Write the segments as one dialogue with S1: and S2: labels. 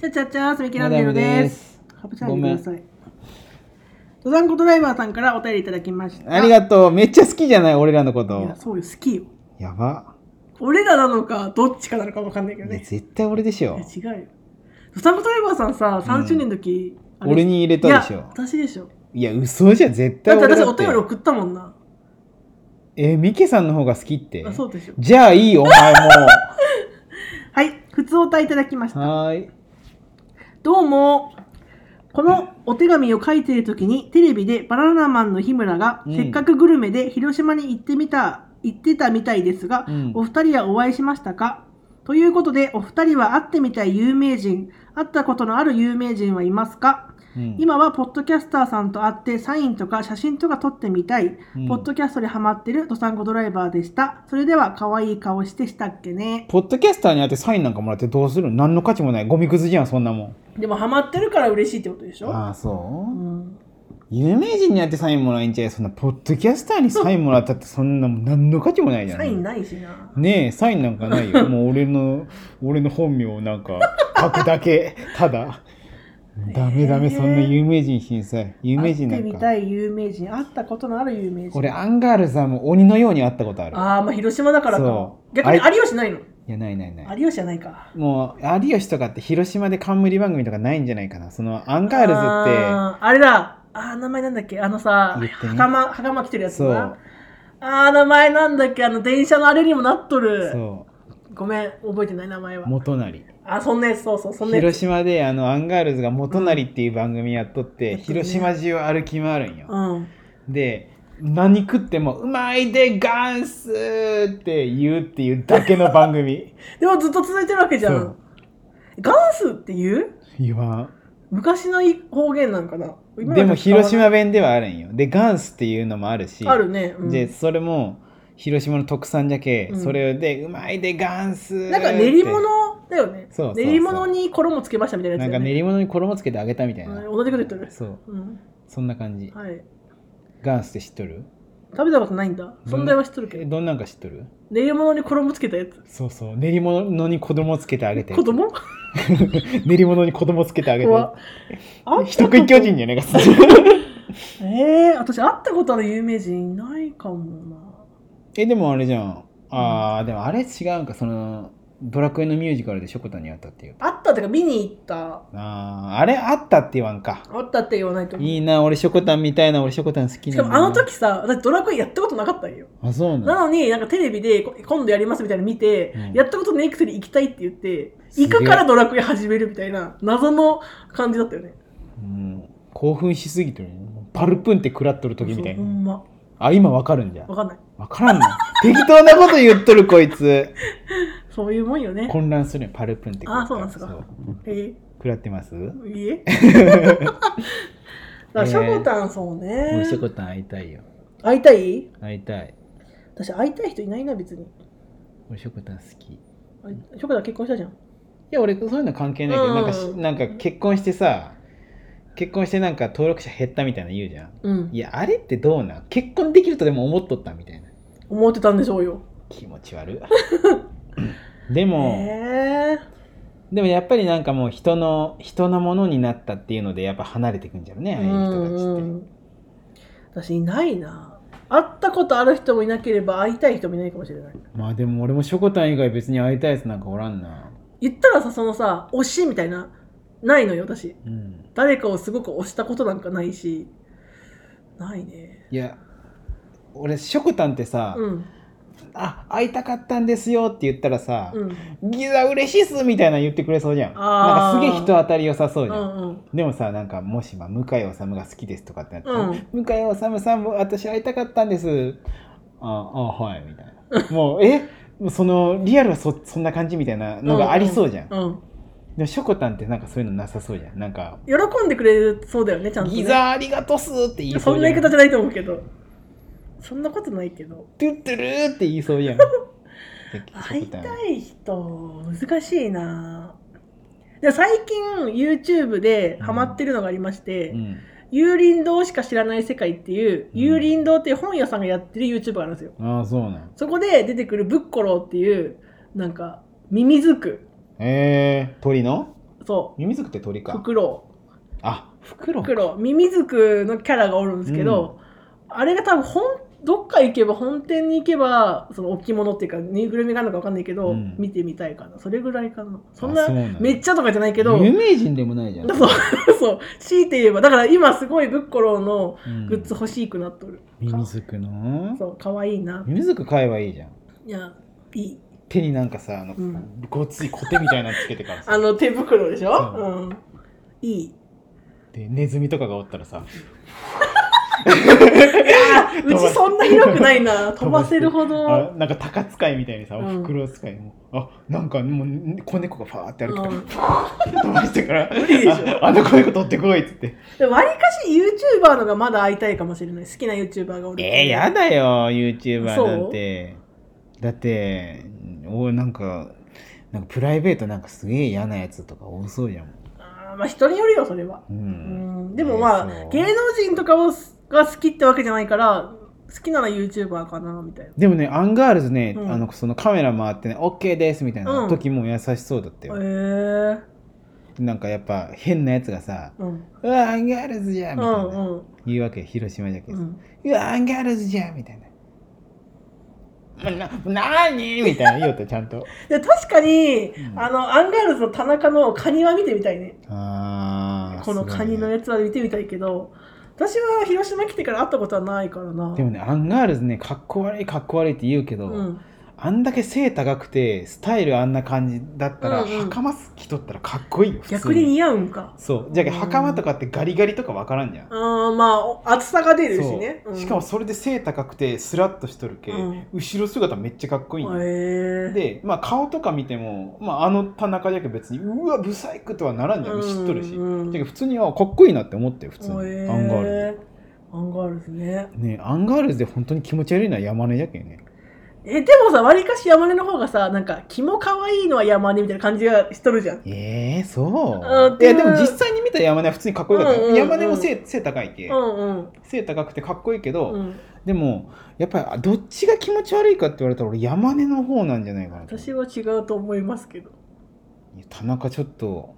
S1: ちゃちゃちゃ、すみきら
S2: マ
S1: んで
S2: ダム
S1: る
S2: で
S1: です。
S2: す。
S1: ハブチャンネルください。登山コドライバーさんからお便りいただきました。
S2: ありがとう。めっちゃ好きじゃない俺らのこ
S1: い
S2: と
S1: や、。そうよ、好きよ。
S2: やば。
S1: 俺らなのか、どっちかなのかわかんないけど
S2: いや
S1: ね。
S2: 絶対俺でし
S1: い
S2: ょ
S1: や。違うよ。登山コドライバーさんさ、3周年の時、あれ
S2: 俺に入れたでし
S1: いや
S2: ょ。
S1: 私でしょ。
S2: いや、嘘じゃん絶
S1: だ
S2: 対
S1: って
S2: 俺
S1: 私
S2: だ
S1: お
S2: って
S1: 便り。送ったもんな。
S2: え、ミケさんの方が好きって
S1: あ、。そうでしょ。
S2: じゃあいいよ、お前も
S1: はい、普通お便りいただきまし
S2: う。
S1: た。
S2: はーい。
S1: どうも。このお手紙を書いている時にテレビでバナナマンの日村が、
S2: うん
S1: せっかくグルメで広島に行ってみた行ってたみたいですが、
S2: うん
S1: お二人はお会いしましたかということでお二人は会ってみたい有名人会ったことのある有名人はいますか、
S2: うん
S1: 今はポッドキャスターさんと会ってサインとか写真とか撮ってみたい、
S2: うん
S1: ポッドキャストにハマってるドサンコドライバーでしたそれでは可愛い顔してしたっけね
S2: ポッドキャスターに会ってサインなんかもらってどうする何の価値もない。ゴミくずじゃん、そんなもん。
S1: でもハマってるから嬉しいってことでし
S2: ああ、そうう、
S1: ん
S2: 有名人に会ってサインもらえんちゃいそんなポッドキャスターにサインもらったってそんなもん何の価値もないじゃん
S1: サインないしな
S2: ねえサインなんかな いよもう俺の俺の本名をなんか書くだけただダメダメ、
S1: ねえ
S2: そんな有名人審査有名人な
S1: 会ってみ
S2: んか
S1: たい有名人会ったことのある有名人
S2: 俺アンガールズはもう鬼のように会ったことある
S1: ああまあ広島だからか
S2: そう
S1: 逆に
S2: あ
S1: 有吉ないの
S2: いやないないない
S1: 有吉じゃないか
S2: もう有吉とかって広島で冠番組とかないんじゃないかなそのアンガールズ
S1: あーあれだあー名前なんだっけあのさ
S2: 言ってみ
S1: 袴袴着てるや
S2: って
S1: つ
S2: そ
S1: な
S2: う
S1: あー名前なんだっけあの電車のあれにもなっとる
S2: そ
S1: ごめん覚えてない名前は
S2: う元成
S1: あそんなやつそうそうそんなやつ
S2: 広島であのアンガールズが「元成」っていう番組やっとって、
S1: やっとるね
S2: 広島中を歩き回るんよ、
S1: うん
S2: で何食っても「うまいでガンス!」って言うっていうだけの番 組
S1: でもずっと続いてるわけじゃ
S2: そ
S1: ん
S2: う
S1: ガンスって言う
S2: 言わん
S1: 昔の方言なんかな今
S2: で
S1: だ
S2: も
S1: と使わ
S2: 広島弁ではあるんよでガンスっていうのもあるし
S1: ないあるね、うん
S2: でそれも広島の特産じゃけ、
S1: うん
S2: それで「うまいでガンス!」
S1: なんか練り物だよね。
S2: そうそうそう
S1: 練り物に衣つけましたみたいな
S2: な
S1: や
S2: ん
S1: つだ
S2: か
S1: よ、
S2: 練
S1: ね。
S2: り物に衣つけてあげたみたいな、
S1: うん同じこと言ってる。
S2: そう
S1: うん。
S2: そんな感じ
S1: はい。
S2: ガンスって知っとる
S1: 食べたことないんだ。
S2: どん
S1: 存在は知っとるけ
S2: え
S1: ど。
S2: どんなんか知っとる
S1: 練り物に衣つけたやつ。
S2: そうそう練り物に子供つけてあげて
S1: 子供
S2: 練り物に子供つけてあげて
S1: 怖っあ
S2: 人食い巨人じゃねえか
S1: えー、私会ったことある有名人いないかも
S2: えでもあれじゃんあーでもあれ違うんかそのドラクエのミュージカルでしょこたんに会ったっていう
S1: な。会ったってか見に行った。
S2: あーあれあったって言わんか
S1: 会ったって言わないと思う。
S2: いいな俺しょこたんみたいな俺しょこたん好き
S1: し
S2: な
S1: か
S2: ん
S1: も
S2: だ
S1: あ
S2: よ
S1: の時さ、私ドラクエやったことなかったんよ。
S2: あそうなの
S1: なのに、なんかテレビでこ今度やりますみたいなの見て、
S2: うん
S1: やったことねえくせに行きたいって言って、
S2: すげえ
S1: 行くからドラクエ始めるみたいな謎の感じだったよね。
S2: もう興奮しすぎてるねパルプンって食らっとる時みたい
S1: そうほ
S2: なん
S1: ま。
S2: あ今わかるんじゃん
S1: わかんない。
S2: わからんの適当なこと言っとるこいつ
S1: そういうもんよね。
S2: 混乱するねパルプンって食ら
S1: あ
S2: ったら
S1: そうなんすか
S2: そう
S1: え
S2: 食らってます
S1: ー、いい え。 だから、しょこたんそうね
S2: 俺。しょこたん会いたいよ
S1: 会いたい
S2: 会いたい
S1: 私、会いたい人いないな、別に。
S2: 俺しょこたん好き
S1: あしょこたん結婚したじゃん。
S2: いや俺そういうの関係ないけど、
S1: うん
S2: なんかしなんか結婚してさ結婚してなんか登録者減ったみたいなの言うじゃん
S1: うん
S2: い。やあれってどうなん結婚できるとでも思っとったみたいな
S1: 思ってたんでしょうよ。
S2: 気持ち 悪いで
S1: へ
S2: も、
S1: え
S2: でもやっぱりなんかもう人の人のものになったっていうのでやっぱ離れてくんじゃろうねああいう人たちって、
S1: うん私、いないな。会ったことある人もいなければ、会いたい人もいないかもしれない。
S2: まあでも俺もしょこたん以外別に会いたいやつなんかおらんな
S1: 言ったらさ、そのさ、推しみたいな、ないのよ、私。
S2: うん
S1: 誰かをすごく推したことなんかないし、ないね。
S2: いや俺しょこたんってさ、
S1: うん。
S2: あ会いたかったんですよって言ったらさ、
S1: うん。
S2: ギザ嬉しいっすみたいなの言ってくれそうじゃん。な
S1: あ
S2: んかす
S1: ー
S2: げえ人当たり良さそう
S1: う
S2: じゃん。
S1: んうん。
S2: でもさ、なんかもし、まあ、向井治が好きですとかってなったら、
S1: うん
S2: 向井治さんも私会いたかったんです。ああ、はい、みたいな。 もう、えもうそのリアルはそそんな感じみたいなのがありそうじゃん。
S1: うん。
S2: でも、しょこたんってなんかそういうのなさそうじゃん。なんか、
S1: 喜んでくれるそうだよね、ちゃんと、ね。
S2: ギザありがとうっすって言い
S1: そ
S2: そ
S1: ん
S2: う
S1: な
S2: じ
S1: 言い
S2: ゃん。
S1: 方じゃないと思うけど。そんなことないけど。
S2: トゥットゥルーって言い そうじゃん。
S1: 会い
S2: しょこ
S1: たい人、難しいなで最近 YouTube でハマってるのがありまして「
S2: たんうん。
S1: 幽林堂しか知らない世界」っていう、
S2: うん
S1: 幽林堂っていう本屋さんがやってる YouTube があるんですよ
S2: ああ、そうなん。
S1: そこで出てくるブッコローっていうなんかミミズク
S2: えー、鳥の
S1: そ
S2: ミミズクって鳥
S1: う、
S2: か
S1: フ。クロ
S2: あ、フクロ
S1: ウ。
S2: ウ
S1: フクロウ、ミミズクのキャラがおるんですけど、あれが多分本、どっか行けば、本店に行けば、その置物っていうか、ぬいぐるみがあるのか分かんないけど、
S2: うん
S1: 見てみたいかな。それぐらいかな。そん
S2: あ
S1: な
S2: そう、なんだ
S1: めっちゃとかじゃないけど、
S2: 有名人でもないじゃん。
S1: そうそう 強いて言えばだから今すごいブッコローの
S2: うん
S1: グッズ欲しくなっとる、
S2: ミミズクの
S1: そうかわいいな
S2: ミミズク買えばいいじゃん。
S1: いやいい
S2: 手になんかさ、あの
S1: うん、
S2: ごついコテみたいなのつけてから
S1: あ
S2: さ。
S1: の手袋でしょ、
S2: そう
S1: ん、いい
S2: で、ネズミとかがおったらさ、
S1: あ
S2: 飛
S1: う
S2: ば
S1: ちそんな広くない な飛ばせるほ
S2: あ
S1: ど
S2: なんか鷹使いみたいにさ、
S1: うん
S2: フクロウ使いも、あ、なんかもう子猫がファーって歩き
S1: うん
S2: 飛ばしてから、
S1: 理でしょ
S2: ああの子猫取ってこいっつって。
S1: でわりかし YouTuber のがまだ会いたいかもしれない好きな YouTuber がおる
S2: えー、やだよ、YouTuber
S1: そう
S2: なんて。だって、おなんか、なんかプライベートなんかすげえ嫌なやつとか多そうじゃん。
S1: あーまあ人によるよそれは、
S2: う。
S1: うんん、でもまあ、
S2: えーそう
S1: 芸能人とかをが好きってわけじゃないから好きなら YouTuber かなみたいな
S2: でもね、アンガールズね、
S1: うん
S2: あのそのカメラ回ってね、OK ですみたいな時も優しそうだったよ。
S1: へえ
S2: なんかやっぱ変なやつがさ、
S1: ー、うん
S2: うわ、アンガールズじゃんみたいな、
S1: うんうん
S2: 言うわけよ、広島じゃけ、
S1: うん
S2: うわ、アンガールズじゃんみたいな。な、なーにみた いな言おうとちゃんと。
S1: で確かに、
S2: うん
S1: あのアンガールズの田中のカニは見てみたいね
S2: あー
S1: この
S2: すごい
S1: カニの
S2: ね
S1: やつは見てみたいけど私は広島来てから会ったことはないからな
S2: でもね、アンガールズね、かっこ悪いかっこ悪いって言うけど、
S1: うん、
S2: あんだけ背高くて、スタイルあんな感じだったら、
S1: うんうん
S2: 袴着とったらかっこいいよ、普通
S1: 逆に似合うんか
S2: そう。じゃあ、
S1: うん
S2: 袴とかってガリガリとかわからんじゃん。
S1: うんまあお厚さが出るしね、
S2: そううんしかもそれで背高くてスラッとしとるけ、
S1: うん
S2: 後ろ姿めっちゃかっこいいんよ、
S1: へえ
S2: で、まあ、顔とか見ても、まあ、あの田中じゃけ別にうわブサイクとはならんじゃん知っとるし、
S1: うんうん
S2: てか普通にはかっこいいなって思ってよ普通に、
S1: へ
S2: アンガールズ
S1: ズアンガールズね
S2: ねアンガールズで本当に気持ち悪いのは山根じゃけんね
S1: えでもさわりかし山根の方がさなんか気も可愛いのは山根みたいな感じがしとるじゃん
S2: ええ
S1: あ
S2: そ
S1: ー
S2: うい
S1: で
S2: や
S1: も
S2: でも実際に見た山根は普通にかっこよかったよ、
S1: うんうんうん
S2: 山根も背背高いけ、
S1: うんうん
S2: 背高くてかっこいいけど、
S1: うん
S2: でもやっぱりどっちが気持ち悪いかって言われたら俺山根の方なんじゃないかなと
S1: 私は違うと思いますけど
S2: 田中ちょっと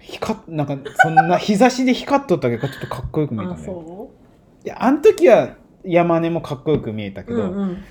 S2: 光っなんかそんな日差しで光っとったけどちょっとかっこよく見えた
S1: あ
S2: ね
S1: そう
S2: いやあの時は山根もかっこよく見えたけど、
S1: うんうん、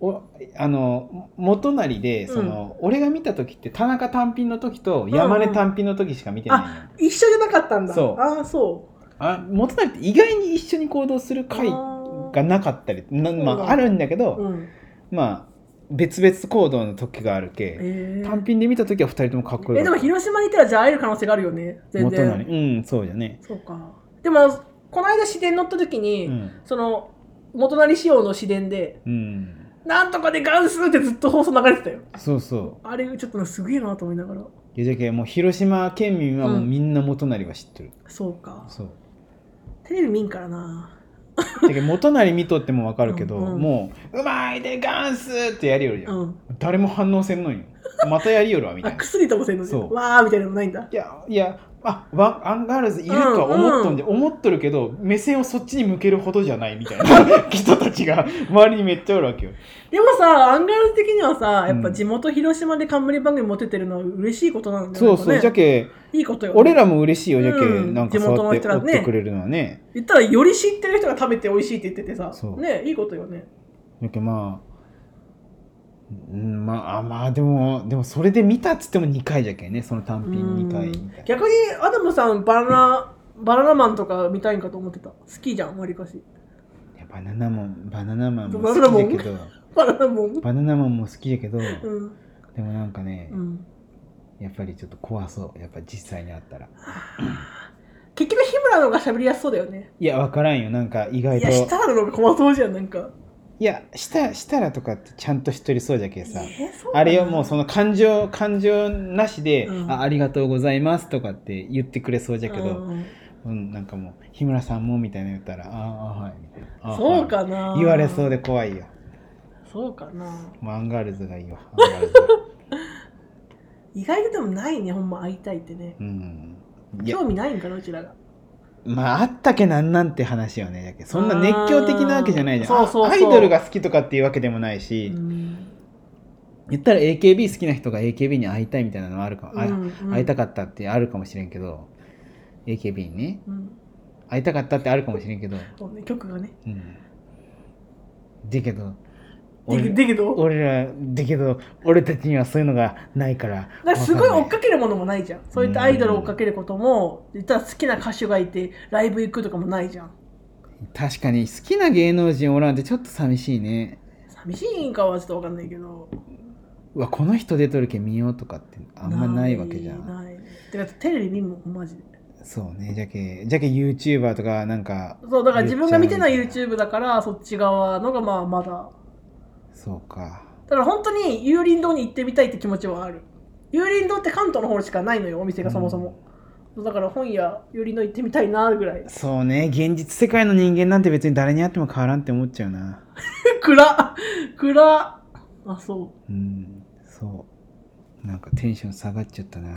S2: おあの元就でその、俺が見た時って田中単品の時と山根単品の時しか見てないのよ、
S1: 一緒じゃなかったんだ
S2: そう
S1: ああそ
S2: あ元就って意外に一緒に行動する
S1: う
S2: 回
S1: あ
S2: がなかったりなま
S1: そうなん
S2: あ、
S1: だ
S2: あるんだけど、
S1: ーうん
S2: まあ別々行動の時があるけ、
S1: えー
S2: 単品で見た時は2人ともかっこよ
S1: えで
S2: か
S1: も
S2: った
S1: 広島にいたらじゃあ会える可能性があるよね全
S2: 元就
S1: 然
S2: うんそうじゃね、
S1: そうかでもこの間市電乗った時に、
S2: うん
S1: その元成仕様の市電で
S2: うん、
S1: 「なんとかでガンス!」ってずっと放送流れてたよ
S2: そうそう
S1: あれちょっとすげえなと思いながら
S2: いやじゃけもう広島県民はもううんみんな元就は知ってる、
S1: そうか
S2: そう
S1: テレビ見んからな
S2: じゃけ元就見とってもわかるけど、
S1: うんうん
S2: もう「うまいでガンス!」ってやりよるじゃ、
S1: うんん
S2: 誰も反応せんのよまたやりよるわみた
S1: あ
S2: いな
S1: 薬ともせんのね
S2: そう
S1: わーみたいなのもないんだ
S2: いやいやあワンアンガールズいるとは思っとんで、思っとるけど目線をそっちに向けるほどじゃないみた いな人たちが周りにめっちゃおるわけよ
S1: でもさアンガールズ的にはさやっ
S2: う
S1: ぱ
S2: ん
S1: 地元広島で冠番組持ててるのは嬉しいことなんだよ
S2: そ
S1: ね
S2: うそうじゃけ
S1: いいことよ
S2: 俺らも嬉しいよじゃけ、
S1: うん
S2: なんか
S1: 地元
S2: そう
S1: の
S2: やっ
S1: 人
S2: て
S1: ら
S2: 追
S1: ね
S2: ってくれるのはね
S1: 言ったらより知ってる人が食べて美味しいって言っててさ
S2: そう
S1: ねいいことよね
S2: だけどまあ、うん、まああまあでもでもそれで見たっつっても2回じゃけんねその単品2回
S1: う
S2: み
S1: ん
S2: たいな
S1: 逆にアダムさんバナナバナナマンとか見たいんかと思ってた好きじゃんわりかし
S2: いやバナナマンバナナマンも
S1: バナナ
S2: 好
S1: マン
S2: きだけど
S1: バナナもん
S2: バナナマンも好きだけど、
S1: うん
S2: でもなんかね、
S1: うん
S2: やっぱりちょっと怖そうやっぱ実際にあったら
S1: 結局日村の方が喋りやすそうだよね
S2: いや分からんよなんか意外
S1: い
S2: と
S1: や設楽の方が怖そうじゃんなんか
S2: いやしたしたらとかってちゃんとしとりそうじゃけさ
S1: えーそうかな
S2: あれよもうその感情感情なしで、
S1: うん
S2: あ「ありがとうございます」とかって言ってくれそうじゃけど、
S1: うん
S2: うん、なんかもう日村さんもみたいな言ったら「ああはい」みたいなあー
S1: そう
S2: は
S1: かない
S2: 言われそうで怖いよ
S1: そうかな
S2: もうアンガールズがいいわアンガールズ
S1: 意外とでもないねほんま会いたいってね
S2: うんいや
S1: 興味ないんかなうちらが
S2: まああったけなんなんて話よねだけどそんな熱狂的なわけじゃないじゃ
S1: あ
S2: ん
S1: ーそうそうそう
S2: あアイドルが好きとかっていうわけでもないうし、
S1: ん
S2: 言ったら AKB 好きな人が AKB に会いたいみたいなのはあるか、あ
S1: うんうん
S2: 会いたかったってあるかもしれんけど AKB にね
S1: うん
S2: 会いたかったってあるかもしれんけど、
S1: そうね、曲がね。
S2: うん、だけど
S1: でけ
S2: 俺
S1: でけど、
S2: 俺らだけど俺たちにはそういうのがないから
S1: なんかすごい追っか
S2: け
S1: けるものもないじゃん。そういったアイドルを追っかけることも、言ったら好きな歌手がいて、ライブ行くとかもないじゃん。
S2: 確かに好きな芸能人おらんってちょっと寂しいね
S1: 寂しいんかはちょっとわかんないけど。
S2: うわこの人出とるけ見ようとかってあんまないわけじゃん
S1: ない。ないてかテレビ見んもんマジで。
S2: そうねじゃけじゃけ YouTuber とかなんか
S1: そうだから自分が見てない
S2: 言っちゃ
S1: YouTube だからそっち側のがまあまだ
S2: そうか
S1: だから本当に有林堂に行ってみたいって気持ちはある有林堂って関東の方しかないのよお店がそもそも、だから本屋有林堂行ってみたいなぐらい
S2: そうね現実世界の人間なんて別に誰に会っても変わらんって思っちゃうな
S1: 暗っ暗っあそ
S2: うんそうなんかテンション下がっちゃったな